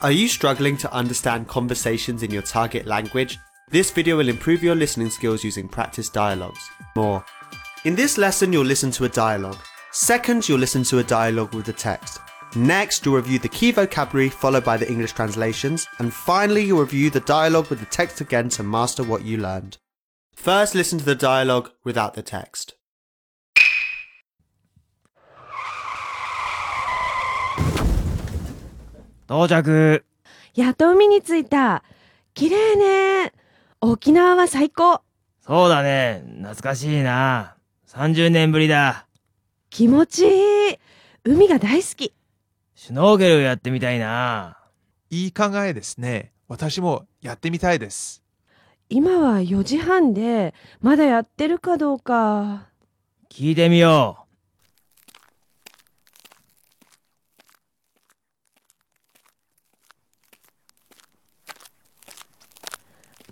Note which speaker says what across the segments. Speaker 1: Are you struggling to understand conversations in your target language? This video will improve your listening skills using practice dialogues. More. In this lesson, you'll listen to a dialogue. Second, you'll listen to a dialogue with the text. Next, you'll review the key vocabulary followed by the English translations. And finally, you'll review the dialogue with the text again to master what you learned. First, listen to the dialogue without the text.
Speaker 2: 「到着
Speaker 3: やっと海に着いた。綺麗ね。沖縄は最高。
Speaker 2: そうだね懐かしいな30年ぶりだ
Speaker 3: 気持ちいい。海が大好き。
Speaker 2: シュノーケルをやってみたいない
Speaker 4: い考えですね。私もやってみたいです。
Speaker 3: 今は4時半で、まだやってるかどうか。
Speaker 2: 聞いてみよ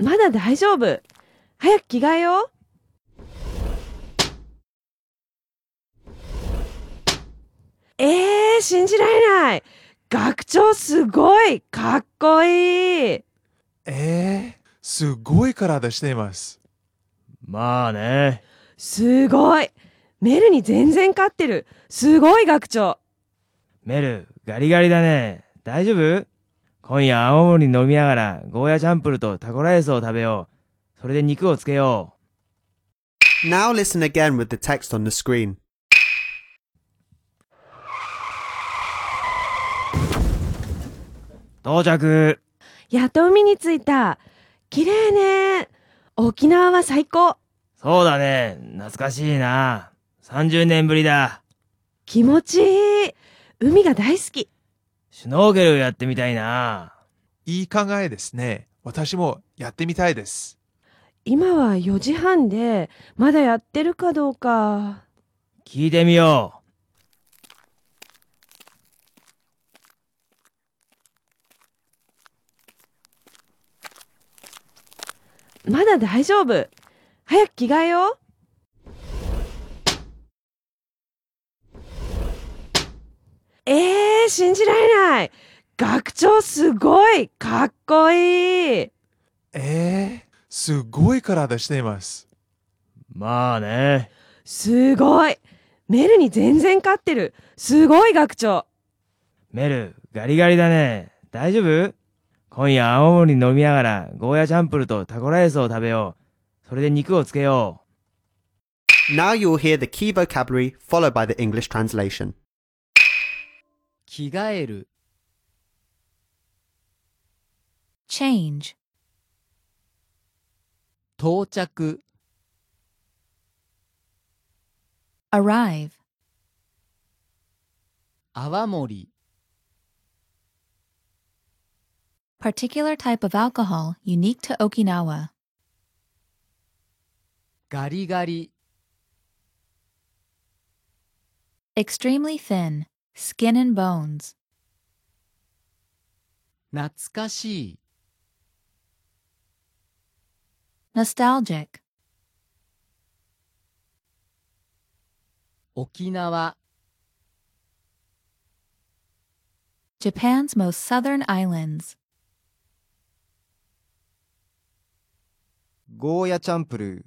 Speaker 3: まだ大丈夫。早く着替えよう。えー、信じられない。学長すごい。かっこいい。
Speaker 4: ええすごい体しています。
Speaker 2: うまあね
Speaker 3: すごい。メルに全然勝ってる。すごい学長。
Speaker 2: メルガリガリだね大丈夫今夜青森飲みながらゴーヤチャンプルとタコライスを食べようそれで肉をつけよ
Speaker 1: Now listen again with the text on the screen.
Speaker 2: う到着
Speaker 3: やっと海に着いた。綺麗ね。沖縄は最高。
Speaker 2: そうだね懐かしいな30年ぶりだ
Speaker 3: 気持ちいい。海が大好き。
Speaker 2: シュノーケルをやってみたいない
Speaker 4: い考えですね。私もやってみたいです。
Speaker 3: 今は4時半で、まだやってるかどうか。
Speaker 2: 聞いてみよう
Speaker 3: まだ大丈夫。早く着替えよう。えー、信じられない。学長すごい。かっこいい。
Speaker 4: ええすごい体しています。
Speaker 2: まあね
Speaker 3: すごい。メルに全然勝ってる。すごい学長。
Speaker 2: メル、ガリガリだね。大丈夫今夜青森飲みながらゴーヤチャンプルとタコライスを食べよう。それで肉をつけよ
Speaker 1: Now you'll hear the key vocabulary followed by the English translation.
Speaker 5: 着替える
Speaker 6: change,
Speaker 5: 到着
Speaker 6: arrive,
Speaker 5: 泡盛
Speaker 6: particular type of alcohol unique to Okinawa,
Speaker 5: ガリガリ
Speaker 6: extremely thin, skin and bones,
Speaker 5: 懐かしい
Speaker 6: nostalgic,
Speaker 5: 沖縄
Speaker 6: Japan's most southern islands,
Speaker 7: ゴーヤチャンプルー、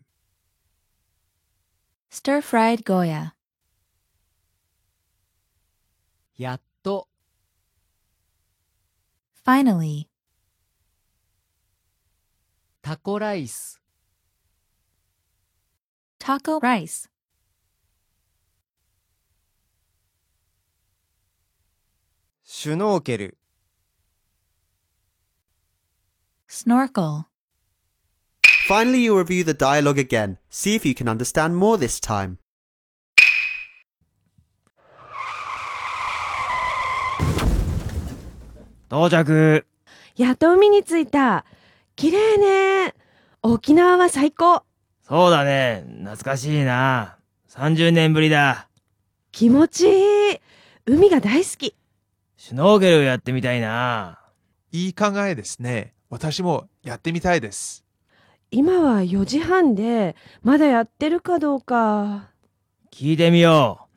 Speaker 6: stir fried Goya,
Speaker 5: やっと
Speaker 6: finally,
Speaker 5: タコライス
Speaker 6: taco rice,
Speaker 7: シュノーケル、
Speaker 6: snorkel,
Speaker 1: Finally, you'll review the dialogue again. See if you can understand more this time.
Speaker 2: う。到着
Speaker 3: やっと海に着いた。綺麗ね。沖縄は最高。
Speaker 2: そうだね。懐かしいな。30年ぶりだ。
Speaker 3: 気持ちいい。海が大好き。
Speaker 2: シュノーケルをやってみたいない
Speaker 4: い考えですね。私もやってみたいです。
Speaker 3: 今は4時半で、まだやってるかどうか。
Speaker 2: 聞いてみよう。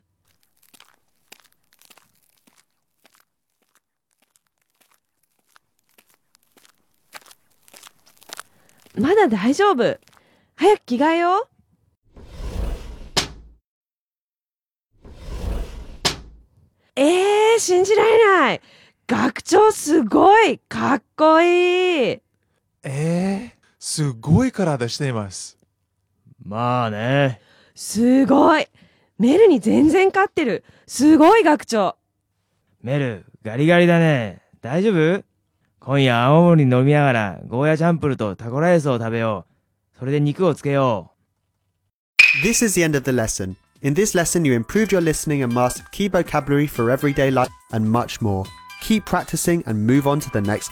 Speaker 3: まだ大丈夫。早く着替えよう。えー、信じられない。学長すごいかっこいい。
Speaker 4: えー、すごい体しています。
Speaker 2: まあね。
Speaker 3: すごい。メルに全然勝ってる。すごい学長。
Speaker 2: メル、ガリガリだね。大丈夫今夜青森飲みながらゴーヤチャンプルとタコライスを食べよう。それで肉をつけよ
Speaker 1: This is the end of the lesson. In this lesson, you improved your listening and mastered key vocabulary for everyday life and much more. Keep practicing and move on to the next lesson.